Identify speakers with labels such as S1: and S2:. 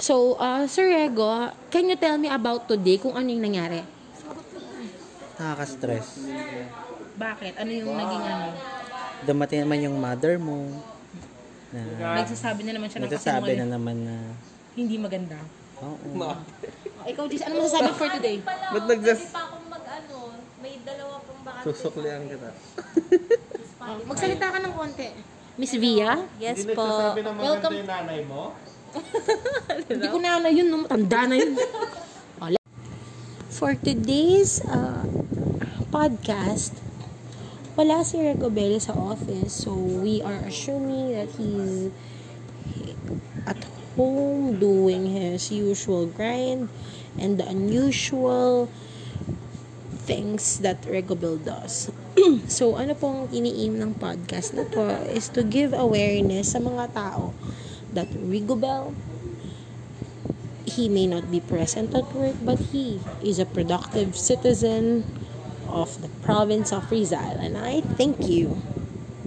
S1: So, uh, Sir Rego, can you tell me about today kung ano yung nangyari?
S2: Nakaka-stress.
S1: Bakit? Ano yung naging ano?
S2: Dumating naman yung mother mo.
S3: Ah,
S2: Na,
S1: Nagsasabi na naman siya ng
S2: nagsasabi
S1: kasinungaling
S2: na naman na,
S1: hindi maganda.
S2: oo.
S1: Oh, ikaw, Jis, ano masasabi for today?
S3: Ba't nagdas... Pwede pa akong mag-ano, may dalawa pong bakante. Susuklihan kita.
S1: Oh, magsalita ka ng konti. Miss Via?
S3: Yes
S4: Hindi
S3: po.
S4: nagsasabi ng maganda yung nanay mo?
S1: Hindi ko na na yun, no? Matanda na yun.
S5: For today's uh, podcast, wala si Recobel sa office. So, we are assuming that he's at home doing his usual grind and the unusual things that Regobel does. so, ano pong iniim ng podcast na to is to give awareness sa mga tao that Rigobel he may not be present at work, but he is a productive citizen of the province of Rizal. And I thank you.